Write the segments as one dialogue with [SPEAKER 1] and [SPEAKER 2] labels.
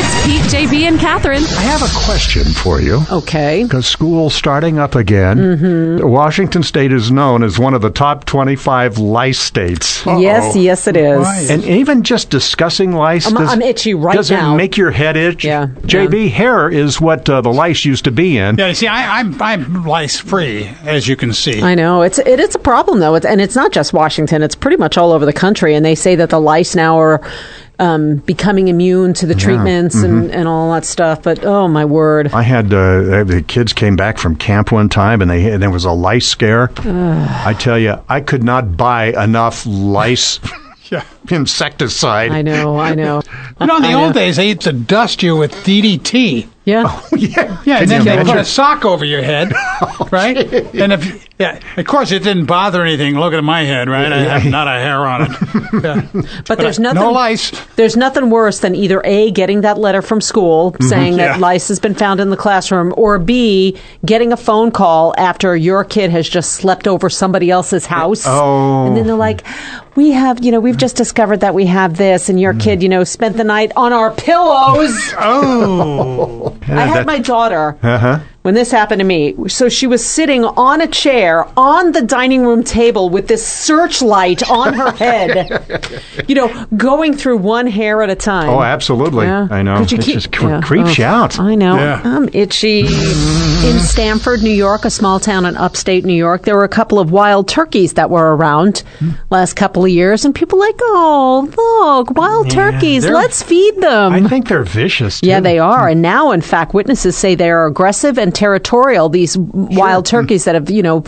[SPEAKER 1] It's Pete, JB, and Catherine.
[SPEAKER 2] I have a question for you.
[SPEAKER 1] Okay. Mm-hmm.
[SPEAKER 2] Because school's starting up again. Washington State is known as one of the top 25 lice states.
[SPEAKER 1] Yes, yes, it is.
[SPEAKER 2] And even just discussing lice,
[SPEAKER 1] I'm- I'm itchy right
[SPEAKER 2] does
[SPEAKER 1] now.
[SPEAKER 2] it make your head itch?
[SPEAKER 1] Yeah,
[SPEAKER 2] JB, hair is what uh, the lice used to be in.
[SPEAKER 3] Yeah, you see, I, I'm I'm lice free, as you can see.
[SPEAKER 1] I know it's it, it's a problem though, it's, and it's not just Washington. It's pretty much all over the country, and they say that the lice now are um, becoming immune to the treatments and, and all that stuff. But oh my word,
[SPEAKER 2] I had uh, the kids came back from camp one time, and they and there was a lice scare. I tell you, I could not buy enough lice
[SPEAKER 3] Yeah.
[SPEAKER 2] insecticide.
[SPEAKER 1] I know, I know.
[SPEAKER 3] You know, in the
[SPEAKER 1] I uh,
[SPEAKER 3] old days, they used to dust you with DDT.
[SPEAKER 1] Yeah,
[SPEAKER 2] yeah,
[SPEAKER 3] Yeah,
[SPEAKER 2] Can
[SPEAKER 3] and then
[SPEAKER 2] you
[SPEAKER 3] they
[SPEAKER 2] imagine? Oh,
[SPEAKER 3] put a sock over your head, right? and if yeah, of course, it didn't bother anything. Look at my head, right? I have not a hair on it. Yeah.
[SPEAKER 1] but there's nothing.
[SPEAKER 3] no lice.
[SPEAKER 1] There's nothing worse than either A, getting that letter from school
[SPEAKER 2] Mm-hmm.
[SPEAKER 1] saying that lice has been found in the classroom, or B, getting a phone call after your kid has just slept over somebody else's house.
[SPEAKER 2] Oh.
[SPEAKER 1] And then they're like, we have, you know, we've just discovered that we have this, and your
[SPEAKER 2] Mm.
[SPEAKER 1] kid, you know, spent the night on our pillows.
[SPEAKER 3] Oh,
[SPEAKER 1] I had
[SPEAKER 2] that- Uh-huh.
[SPEAKER 1] my daughter when this happened to me. So she was sitting on a chair on the dining room table with this searchlight on her head, you know, going through one hair at a time.
[SPEAKER 2] Oh, absolutely.
[SPEAKER 1] Yeah.
[SPEAKER 2] I know.
[SPEAKER 1] Could you
[SPEAKER 2] It
[SPEAKER 1] keep-
[SPEAKER 2] just cre-
[SPEAKER 1] Yeah. Oh,
[SPEAKER 2] creeps you out.
[SPEAKER 1] I know.
[SPEAKER 3] Yeah.
[SPEAKER 1] I'm itchy. In Stamford, New York, a small town in upstate New York, there were a couple of wild turkeys that were around last couple of years, and people like, oh, look, wild turkeys.
[SPEAKER 2] they're-
[SPEAKER 1] Let's feed them.
[SPEAKER 2] I think they're vicious.
[SPEAKER 1] Yeah,
[SPEAKER 2] too.
[SPEAKER 1] they are. And now, in fact, witnesses say they are aggressive and territorial. These wild turkeys that have, you know,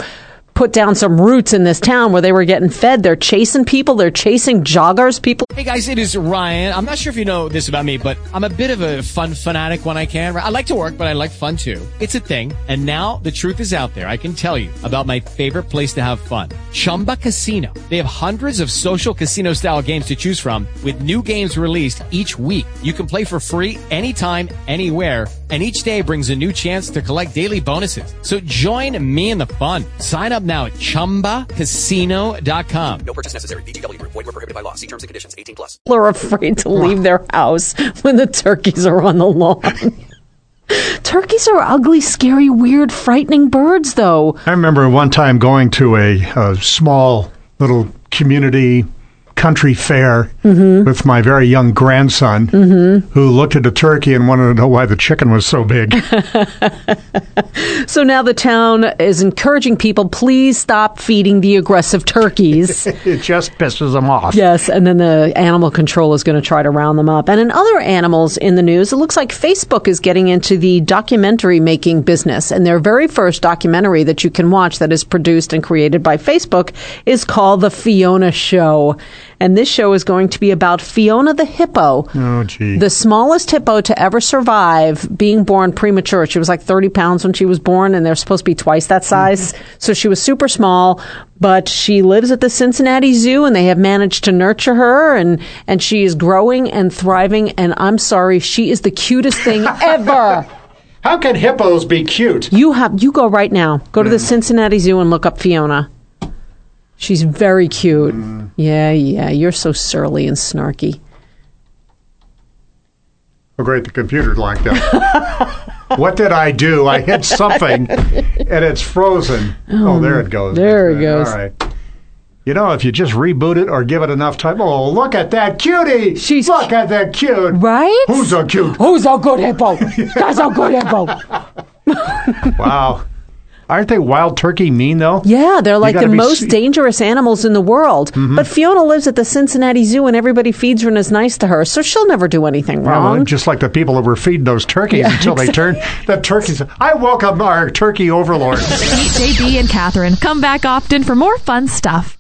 [SPEAKER 1] put down some roots in this town where they were getting fed. They're chasing people. They're chasing joggers. People.
[SPEAKER 4] Hey guys, it is Ryan. I'm not sure if you know this about me, but I'm a bit of a fun fanatic when I can. I like to work, but I like fun too. It's a thing. And now the truth is out there. I can tell you about my favorite place to have fun. Chumba Casino. They have hundreds of social casino style games to choose from with new games released each week. You can play for free anytime, anywhere. And each day brings a new chance to collect daily bonuses. So join me in the fun. Sign up now at ChumbaCasino.com.
[SPEAKER 5] No purchase necessary. VGW Group. Void where prohibited by law. See terms and conditions. 18 plus.
[SPEAKER 1] are afraid to leave their house when the turkeys are on the lawn. turkeys are ugly, scary, weird, frightening birds, though.
[SPEAKER 2] I remember one time going to a, uh small little community country fair
[SPEAKER 1] Mm-hmm.
[SPEAKER 2] with my very young grandson who looked at a turkey and wanted to know why the chicken was so big.
[SPEAKER 1] So now the town is encouraging people please stop feeding the aggressive turkeys.
[SPEAKER 2] it just pisses them off.
[SPEAKER 1] Yes, and then the animal control is going to try to round them up. And in other animals in the news, it looks like Facebook is getting into the documentary making business. And their very first documentary that you can watch that is produced and created by Facebook is called The Fiona Show. And this show is going to be about Fiona the hippo.
[SPEAKER 2] Oh, gee.
[SPEAKER 1] The smallest hippo to ever survive being born premature. She was like 30 pounds when she was born, and they're supposed to be twice that size.
[SPEAKER 2] Mm-hmm.
[SPEAKER 1] So she was super small, but she lives at the Cincinnati Zoo, and they have managed to nurture her, and, and she is growing and thriving. And I'm sorry, she is the cutest thing ever.
[SPEAKER 2] How can hippos be cute? Mm.
[SPEAKER 1] You have you go right now. Go to the Cincinnati Zoo and look up Fiona. She's very cute.
[SPEAKER 2] Mm.
[SPEAKER 1] Yeah, yeah. You're so surly and snarky.
[SPEAKER 2] Oh, great, the computer locked up. what did I do? I hit something and it's frozen. Oh, there it goes.
[SPEAKER 1] there it
[SPEAKER 2] That's
[SPEAKER 1] goes.
[SPEAKER 2] All right. You know, if you just reboot it or give it enough time, oh, look at that cutie!
[SPEAKER 1] She's
[SPEAKER 2] look
[SPEAKER 1] cu-
[SPEAKER 2] at that cute.
[SPEAKER 1] Right? Oh.
[SPEAKER 2] Who's a cute?
[SPEAKER 1] Who's a good hippo? That's a good hippo.
[SPEAKER 2] wow. Aren't they wild turkey mean though?
[SPEAKER 1] Yeah, they're like
[SPEAKER 2] gotta
[SPEAKER 1] the
[SPEAKER 2] be Mm-hmm.
[SPEAKER 1] most
[SPEAKER 2] se-
[SPEAKER 1] dangerous animals in the world. But Fiona lives at the Cincinnati Zoo and everybody feeds her and is nice to her, so she'll never do anything
[SPEAKER 2] Well,
[SPEAKER 1] wrong.
[SPEAKER 2] just like the people that were feeding those turkeys until they turned the turkeys. I welcome our turkey overlords.
[SPEAKER 6] Pete, JB, and Catherine come back often for more fun stuff.